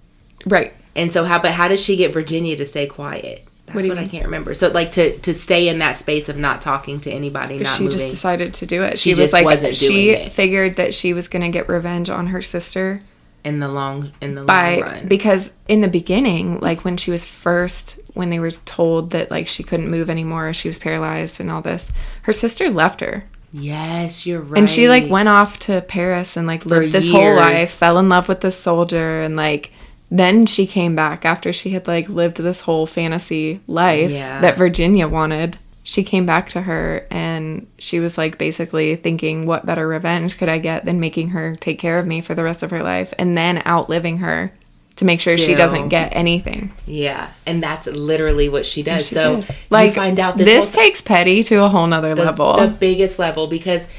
Speaker 1: Right?
Speaker 2: And so how but how does she get Virginia to stay quiet?
Speaker 1: What
Speaker 2: That's what,
Speaker 1: do you
Speaker 2: I
Speaker 1: mean?
Speaker 2: can't remember. So like to to stay in that space of not talking to anybody, not
Speaker 1: she
Speaker 2: moving.
Speaker 1: just decided to do it. She,
Speaker 2: just
Speaker 1: was like,
Speaker 2: wasn't doing
Speaker 1: she
Speaker 2: it.
Speaker 1: figured that she was gonna get revenge on her sister
Speaker 2: in the long in the
Speaker 1: by
Speaker 2: long run.
Speaker 1: because in the beginning like when she was first when they were told that like she couldn't move anymore she was paralyzed and all this her sister left her
Speaker 2: yes, you're right.
Speaker 1: and she like went off to paris and like lived this whole
Speaker 2: years.
Speaker 1: life fell in love with this soldier and like then she came back after she had like lived this whole fantasy life
Speaker 2: Yeah.
Speaker 1: that virginia wanted she came back to her and she was like basically thinking what better revenge could i get than making her take care of me for the rest of her life and then outliving her to make sure she
Speaker 2: Still.
Speaker 1: doesn't get anything
Speaker 2: Yeah. And that's literally what she does.
Speaker 1: She
Speaker 2: so
Speaker 1: did. like
Speaker 2: you find out this,
Speaker 1: this,
Speaker 2: whole-
Speaker 1: takes petty to a whole nother level
Speaker 2: the biggest level because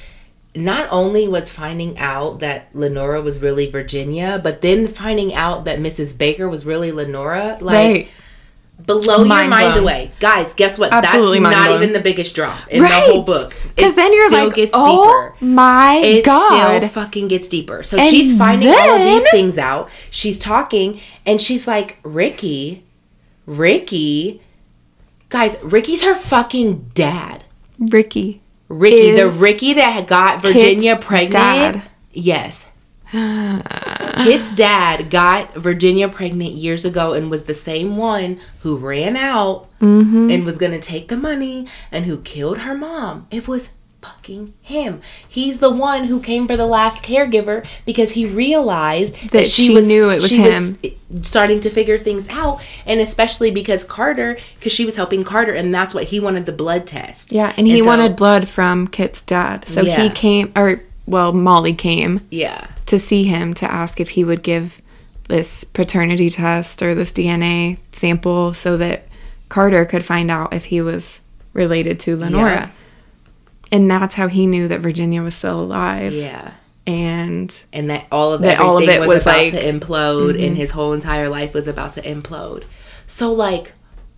Speaker 2: not only was finding out that Lenora was really Virginia, but then finding out that Mrs. Baker was really Lenora, like
Speaker 1: right
Speaker 2: blow
Speaker 1: Mind
Speaker 2: your mind
Speaker 1: blown.
Speaker 2: away, guys. Guess what?
Speaker 1: Absolutely mind
Speaker 2: That's not
Speaker 1: blown.
Speaker 2: even the biggest drop in the whole book.
Speaker 1: Because
Speaker 2: It
Speaker 1: then you're
Speaker 2: still
Speaker 1: like,
Speaker 2: gets
Speaker 1: oh
Speaker 2: deeper.
Speaker 1: my
Speaker 2: It
Speaker 1: god,
Speaker 2: still fucking gets deeper. So
Speaker 1: And
Speaker 2: she's finding all of these
Speaker 1: then-
Speaker 2: things out. She's talking, and she's like, Ricky, Ricky, guys, Ricky's her fucking dad.
Speaker 1: Ricky.
Speaker 2: Ricky, the
Speaker 1: Is
Speaker 2: Ricky that had got Virginia
Speaker 1: Kit's
Speaker 2: pregnant.
Speaker 1: dad.
Speaker 2: Yes. Kit's dad got Virginia pregnant years ago and was the same one who ran out
Speaker 1: Mm-hmm.
Speaker 2: and was going to take the money and who killed her mom. It was fucking him. He's the one who came for the last caregiver because he realized that,
Speaker 1: That
Speaker 2: she,
Speaker 1: she
Speaker 2: was,
Speaker 1: knew it was
Speaker 2: she
Speaker 1: him.
Speaker 2: starting to figure things out and especially because Carter because she was helping Carter and that's what he wanted the blood test.
Speaker 1: Yeah, and he
Speaker 2: so-
Speaker 1: wanted blood from Kit's dad, so
Speaker 2: Yeah.
Speaker 1: he came, or well, Molly came
Speaker 2: Yeah.
Speaker 1: to see him to ask if he would give this paternity test or this DNA sample so that Carter could find out if he was related to Lenora. And that's how he knew that Virginia was still alive.
Speaker 2: Yeah.
Speaker 1: and
Speaker 2: and that all of
Speaker 1: That
Speaker 2: that
Speaker 1: all of
Speaker 2: everything
Speaker 1: it
Speaker 2: was,
Speaker 1: was,
Speaker 2: about
Speaker 1: like- mm-hmm.
Speaker 2: to implode and his whole entire life was about to implode so like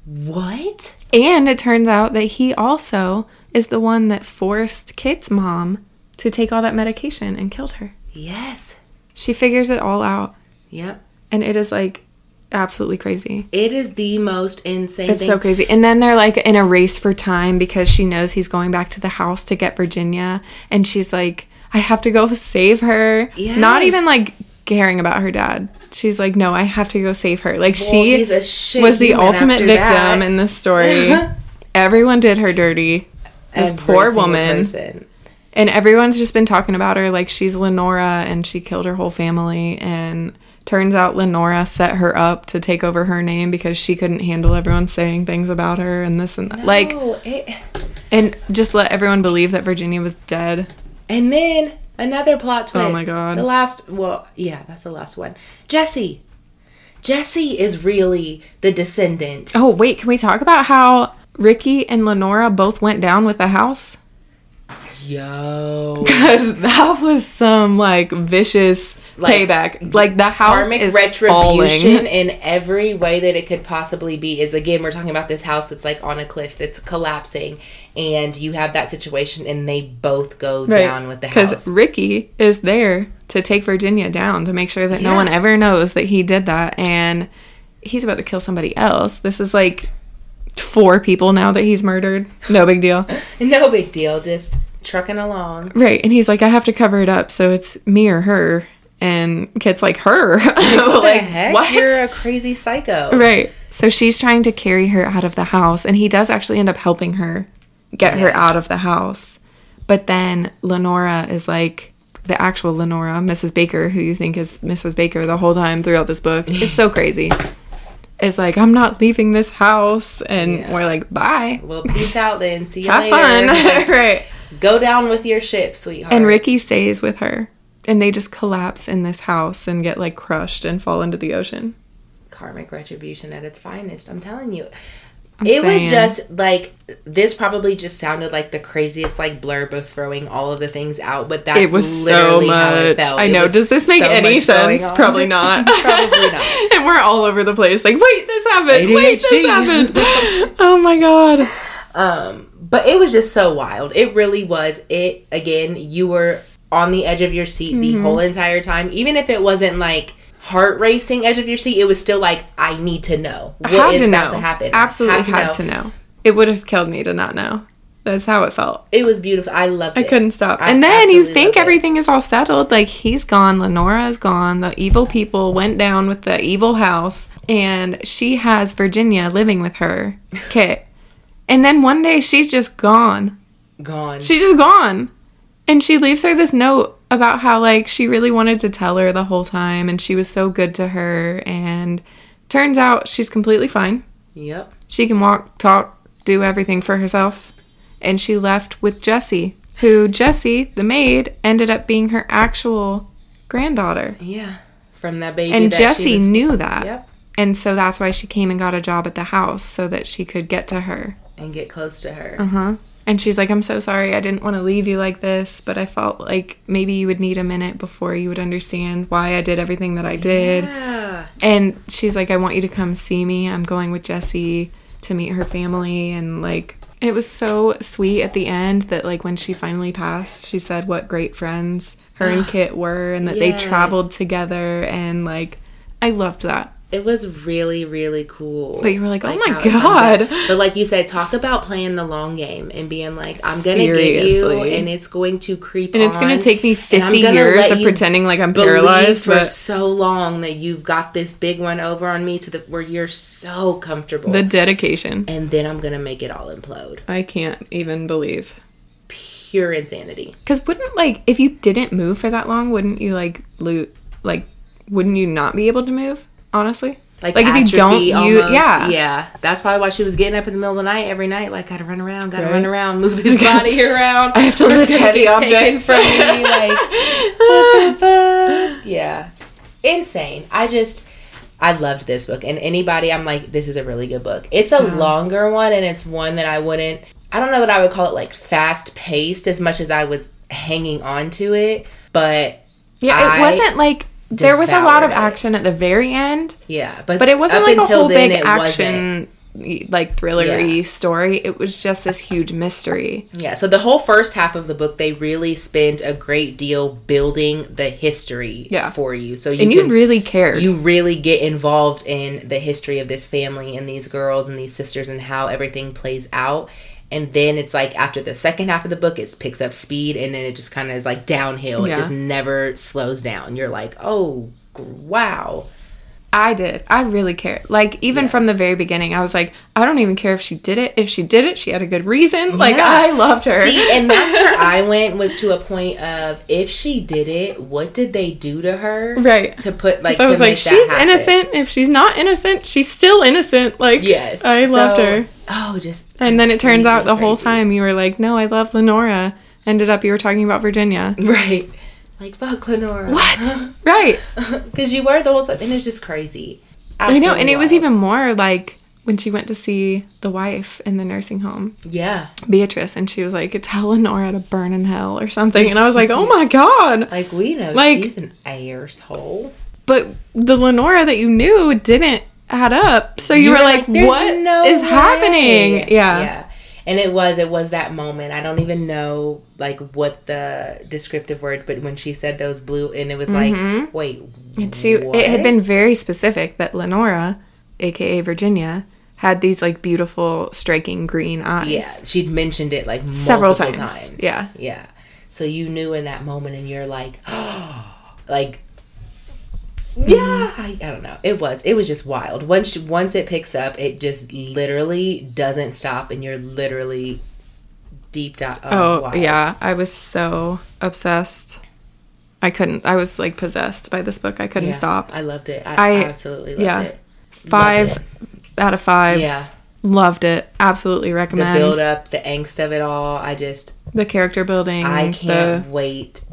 Speaker 2: what
Speaker 1: and it turns out that he also is the one that forced Kate's mom to take all that medication and killed her.
Speaker 2: yes
Speaker 1: She figures it all out
Speaker 2: yep
Speaker 1: and it is like absolutely crazy.
Speaker 2: it is the most insane
Speaker 1: It's
Speaker 2: thing
Speaker 1: so crazy. And then they're like in a race for time because she knows he's going back to the house to get Virginia and she's like I have to go save her. Not
Speaker 2: Yes.
Speaker 1: even like caring about her dad. She's like no, I have to go save her. Like
Speaker 2: Well,
Speaker 1: she
Speaker 2: he's a shit
Speaker 1: was the
Speaker 2: human
Speaker 1: ultimate
Speaker 2: after
Speaker 1: victim
Speaker 2: that.
Speaker 1: in this story. Everyone did her dirty. This
Speaker 2: Every
Speaker 1: poor
Speaker 2: single
Speaker 1: woman.
Speaker 2: person.
Speaker 1: And everyone's just been talking about her like she's Lenora and she killed her whole family. And turns out Lenora set her up to take over her name because she couldn't handle everyone saying things about her and this and that. Like,
Speaker 2: No, it-
Speaker 1: and just let everyone believe that Virginia was dead.
Speaker 2: and then another plot twist
Speaker 1: Oh my God.
Speaker 2: the last well yeah that's the last one jesse jesse is really the descendant
Speaker 1: Oh, wait, can we talk about how Ricky and Lenora both went down with the house?
Speaker 2: yo
Speaker 1: Because that was some like vicious
Speaker 2: Like,
Speaker 1: payback. Like, the house
Speaker 2: karmic
Speaker 1: is
Speaker 2: retribution
Speaker 1: falling.
Speaker 2: in every way that it could possibly be is again we're talking about this house that's like on a cliff that's collapsing and you have that situation and they both go down with the house
Speaker 1: Ricky is there to take Virginia down to make sure that no
Speaker 2: Yeah.
Speaker 1: one ever knows that he did that, and he's about to kill somebody else. This is like four people now that he's murdered. No big deal,
Speaker 2: no big deal just trucking along
Speaker 1: right? And he's like, I have to cover it up, so it's me or her. And Kit's like, her,
Speaker 2: what the
Speaker 1: like
Speaker 2: heck you're a crazy psycho
Speaker 1: Right. So she's trying to carry her out of the house, and he does actually end up helping her get her out of the house. But then Lenora is like the actual Lenora, Mrs. Baker, who you think is Mrs. Baker the whole time throughout this book. It's so crazy. Is like, I'm not leaving this house. And
Speaker 2: Yeah.
Speaker 1: we're like, bye.
Speaker 2: well peace out then see you
Speaker 1: Have
Speaker 2: later
Speaker 1: fun. right.
Speaker 2: go down with your ship sweetheart
Speaker 1: And Ricky stays with her. And they just collapse in this house and get like crushed and fall into the ocean.
Speaker 2: karmic retribution at its finest. I'm telling you.
Speaker 1: I'm
Speaker 2: it was
Speaker 1: saying.
Speaker 2: just like this probably just sounded like the craziest like blurb of throwing all of the things out, but that's
Speaker 1: it was so
Speaker 2: literally
Speaker 1: much.
Speaker 2: how it felt.
Speaker 1: I
Speaker 2: It
Speaker 1: know.
Speaker 2: was
Speaker 1: Does this make
Speaker 2: so
Speaker 1: any
Speaker 2: much going
Speaker 1: sense?
Speaker 2: on.
Speaker 1: Probably not.
Speaker 2: Probably not.
Speaker 1: and we're all over the place. Like, wait, this happened. Wait, this
Speaker 2: ADHD.
Speaker 1: happened. oh my god.
Speaker 2: Um but it was just so wild. It really was. It again, you were on the edge of your seat
Speaker 1: Mm-hmm.
Speaker 2: the whole entire time. Even if it wasn't like heart racing edge of your seat, it was still like I need to know what is
Speaker 1: had to
Speaker 2: about
Speaker 1: know.
Speaker 2: to happen.
Speaker 1: Absolutely
Speaker 2: Have
Speaker 1: had to know. It would have killed me to not know. That's how it felt.
Speaker 2: It was beautiful. I loved
Speaker 1: I
Speaker 2: it.
Speaker 1: couldn't stop.
Speaker 2: I
Speaker 1: and then you
Speaker 2: absolutely
Speaker 1: think
Speaker 2: loved it.
Speaker 1: everything is all settled. Like he's gone, Lenora is gone, the evil people went down with the evil house, and she has Virginia living with her, Kit. and then one day she's just gone.
Speaker 2: Gone.
Speaker 1: She's just gone. And she leaves her this note about how like she really wanted to tell her the whole time and she was so good to her and turns out she's completely fine.
Speaker 2: Yep.
Speaker 1: She can walk, talk, do everything for herself. And she left with Jessie, who Jessie, the maid, ended up being her actual granddaughter.
Speaker 2: Yeah. From that baby.
Speaker 1: And
Speaker 2: that she
Speaker 1: Jessie
Speaker 2: was-
Speaker 1: knew that.
Speaker 2: Yep.
Speaker 1: And so that's why she came and got a job at the house so that she could get to her.
Speaker 2: And get close to her.
Speaker 1: Uh-huh. And she's like, I'm so sorry. I didn't want to leave you like this, but I felt like maybe you would need a minute before you would understand why I did everything that I did.
Speaker 2: Yeah.
Speaker 1: And she's like, I want you to come see me. I'm going with Jessie to meet her family. And like, it was so sweet at the end that, like, when she finally passed, she said what great friends her and Kit were and that
Speaker 2: Yes.
Speaker 1: they traveled together. And like, I loved that.
Speaker 2: It was really, really cool.
Speaker 1: But you were like, oh my
Speaker 2: how it summed up.
Speaker 1: God.
Speaker 2: But like you said, talk about playing the long game and being like, I'm gonna get you,
Speaker 1: Seriously.
Speaker 2: and it's going to creep.
Speaker 1: And it's going
Speaker 2: on,
Speaker 1: to take me
Speaker 2: and I'm
Speaker 1: 50
Speaker 2: gonna
Speaker 1: years
Speaker 2: let
Speaker 1: of
Speaker 2: you
Speaker 1: pretending like I'm
Speaker 2: believe
Speaker 1: paralyzed.
Speaker 2: for
Speaker 1: But
Speaker 2: so long that you've got this big one over on me to the where you're so comfortable,
Speaker 1: the dedication.
Speaker 2: and then I'm gonna make it all implode.
Speaker 1: I can't even believe.
Speaker 2: Pure insanity.
Speaker 1: Because wouldn't like if you didn't move for that long, wouldn't you like loot? Like, wouldn't you not be able to move? Honestly,
Speaker 2: atrophy almost.
Speaker 1: yeah,
Speaker 2: yeah. That's probably why she was getting up in the middle of the night every night, like gotta run around, gotta
Speaker 1: Right.
Speaker 2: run around, move this body around.
Speaker 1: I have to
Speaker 2: Or it's
Speaker 1: lift
Speaker 2: gonna
Speaker 1: heavy
Speaker 2: get taken
Speaker 1: objects.
Speaker 2: from me. Like what the fuck? Yeah, insane. I just. I loved this book, and anybody, I'm like, this is a really good book. It's a longer one, and it's one that I wouldn't. I don't know that I would call it like fast paced as much as I was hanging on to it, But
Speaker 1: Yeah, it
Speaker 2: I
Speaker 1: wasn't like there was a lot of
Speaker 2: devoured it.
Speaker 1: action at the very end,
Speaker 2: yeah, but
Speaker 1: but it wasn't
Speaker 2: up
Speaker 1: like a
Speaker 2: until
Speaker 1: whole
Speaker 2: then,
Speaker 1: big
Speaker 2: it wasn't.
Speaker 1: action y- like thrillery story. It was just this huge mystery.
Speaker 2: Yeah, so the whole first half of the book, they really spend a great deal building the history
Speaker 1: Yeah.
Speaker 2: for you. So you
Speaker 1: And you
Speaker 2: can-
Speaker 1: really cared.
Speaker 2: you really get involved in the history of this family and these girls and these sisters and how everything plays out. And then it's like after the second half of the book, it picks up speed and then it just kind of is like downhill. It
Speaker 1: Yeah.
Speaker 2: just never slows down. You're like, oh, gr- wow.
Speaker 1: I did. I really cared. Like even from the very beginning, I was like, I don't even care if she did it. If she did it, she had a good reason. Like
Speaker 2: Yeah.
Speaker 1: I loved her.
Speaker 2: See, and that's where I went was to a point of if she did it, what did they do to her?
Speaker 1: Right.
Speaker 2: To put like,
Speaker 1: so I
Speaker 2: to
Speaker 1: was like,
Speaker 2: make that
Speaker 1: she's
Speaker 2: happen?"
Speaker 1: innocent. If she's not innocent, she's still innocent. Like
Speaker 2: Yes.
Speaker 1: I loved
Speaker 2: So-
Speaker 1: her.
Speaker 2: Oh, just
Speaker 1: And then it turns out the whole
Speaker 2: Crazy.
Speaker 1: time you were like, no, I love Lenora. Ended up you were talking about Virginia.
Speaker 2: right. Like, fuck Lenora.
Speaker 1: What? right.
Speaker 2: Because you were the whole time, and it's just crazy.
Speaker 1: I know. And it was
Speaker 2: Absolutely
Speaker 1: even more like when she went to see the wife in the nursing home,
Speaker 2: wild. yeah,
Speaker 1: Beatrice, and she was like, tell Lenora to burn in hell or something. And I was like, oh my God.
Speaker 2: like we know
Speaker 1: Like-
Speaker 2: she's an asshole.
Speaker 1: But the Lenora that you knew didn't add up. So you, were, like,
Speaker 2: "There's
Speaker 1: what is
Speaker 2: no way."
Speaker 1: happening? Yeah.
Speaker 2: yeah. And it was it was that moment. I don't even know like what the descriptive word, but when she said those blue, and it was like, wait,
Speaker 1: Mm-hmm. And she, it had been very specific that Lenora, aka Virginia, had these like beautiful, striking green eyes.
Speaker 2: yeah, she'd mentioned it like
Speaker 1: Several
Speaker 2: several
Speaker 1: times.
Speaker 2: times.
Speaker 1: Yeah.
Speaker 2: yeah. So you knew in that moment, and you're like, like yeah I, I don't know it was it was just wild once once it picks up it just literally doesn't stop and you're literally deep down
Speaker 1: Oh,
Speaker 2: wow.
Speaker 1: yeah. I was so obsessed. I couldn't, I was like possessed by this book. I couldn't
Speaker 2: Yeah.
Speaker 1: stop.
Speaker 2: i loved it i,
Speaker 1: I-
Speaker 2: absolutely loved
Speaker 1: yeah.
Speaker 2: it
Speaker 1: Five out of five.
Speaker 2: yeah
Speaker 1: Loved it. Absolutely
Speaker 2: the
Speaker 1: recommend.
Speaker 2: build up the angst of it all i just
Speaker 1: the character building.
Speaker 2: i
Speaker 1: Mm, the
Speaker 2: can't wait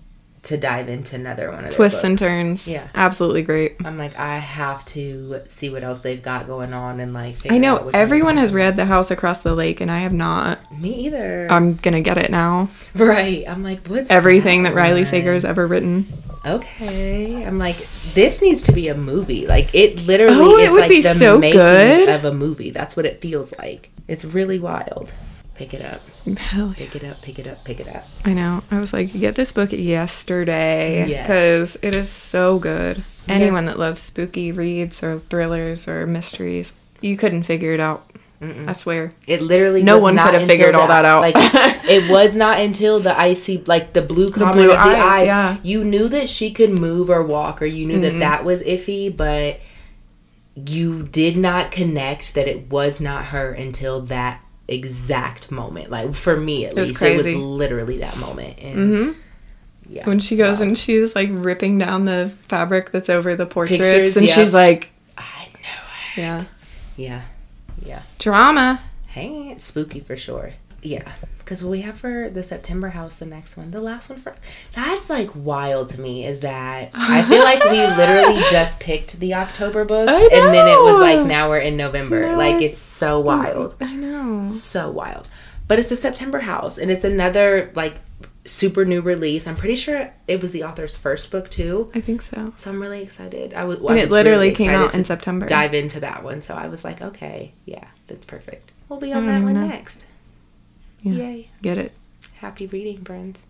Speaker 2: to dive into another one of their
Speaker 1: twists and
Speaker 2: books.
Speaker 1: turns.
Speaker 2: Yeah.
Speaker 1: Absolutely great.
Speaker 2: i'm like i have to see what else they've got going on and like figure
Speaker 1: I
Speaker 2: out
Speaker 1: know
Speaker 2: which one
Speaker 1: everyone
Speaker 2: to
Speaker 1: has
Speaker 2: do.
Speaker 1: read The House Across the Lake, and I have not.
Speaker 2: me either
Speaker 1: I'm going to get it now.
Speaker 2: right i'm like what's
Speaker 1: Everything that Riley
Speaker 2: one?
Speaker 1: Sager's ever written.
Speaker 2: okay i'm like this needs to be a movie like it literally
Speaker 1: Oh, it
Speaker 2: is
Speaker 1: would
Speaker 2: like
Speaker 1: be
Speaker 2: the
Speaker 1: so
Speaker 2: makings
Speaker 1: good.
Speaker 2: of a movie that's what it feels like it's really wild pick it up
Speaker 1: Hell yeah.
Speaker 2: pick it up pick it up pick it up
Speaker 1: I know. I was like, get this book yesterday
Speaker 2: Yes.
Speaker 1: because it is so good. Anyone that loves spooky reads or thrillers or mysteries, you couldn't figure it out. I swear.
Speaker 2: it literally
Speaker 1: No
Speaker 2: was
Speaker 1: one
Speaker 2: not
Speaker 1: could have
Speaker 2: until
Speaker 1: figured all
Speaker 2: the-
Speaker 1: that out.
Speaker 2: like it was not until the icy like the blue comment
Speaker 1: blue
Speaker 2: of
Speaker 1: eyes,
Speaker 2: the eyes,
Speaker 1: yeah.
Speaker 2: you knew that she could move or walk or you knew that that was iffy but you did not connect that it was not her until that exact moment like for me at
Speaker 1: was
Speaker 2: least
Speaker 1: crazy. Mm-hmm.
Speaker 2: it was literally that moment and yeah
Speaker 1: When she goes and she's like ripping down the fabric that's over the portraits
Speaker 2: Pictures,
Speaker 1: and
Speaker 2: yeah.
Speaker 1: she's like,
Speaker 2: i know it.
Speaker 1: yeah.
Speaker 2: yeah yeah
Speaker 1: Drama.
Speaker 2: Hey, it's spooky for sure. Yeah, because what we have for the September house, the next one, the last one for that's like wild to me. Is that I feel like we literally just picked the October books,
Speaker 1: I
Speaker 2: and then it was
Speaker 1: know. Mm.
Speaker 2: like now we're in November.
Speaker 1: No,
Speaker 2: like
Speaker 1: I-
Speaker 2: it's so wild
Speaker 1: I know.
Speaker 2: so wild. But it's the September House, and it's another like super new release. I'm pretty sure it was the author's first book too.
Speaker 1: I think so.
Speaker 2: So I'm really excited. I was. well,
Speaker 1: And
Speaker 2: I
Speaker 1: it
Speaker 2: was really
Speaker 1: literally came
Speaker 2: excited
Speaker 1: out in
Speaker 2: to
Speaker 1: September.
Speaker 2: Dive into that one. So I was like, okay, yeah, that's
Speaker 1: Mm-hmm.
Speaker 2: perfect. We'll be on that one next.
Speaker 1: Yeah.
Speaker 2: Yay!
Speaker 1: Get it.
Speaker 2: Happy reading, friends.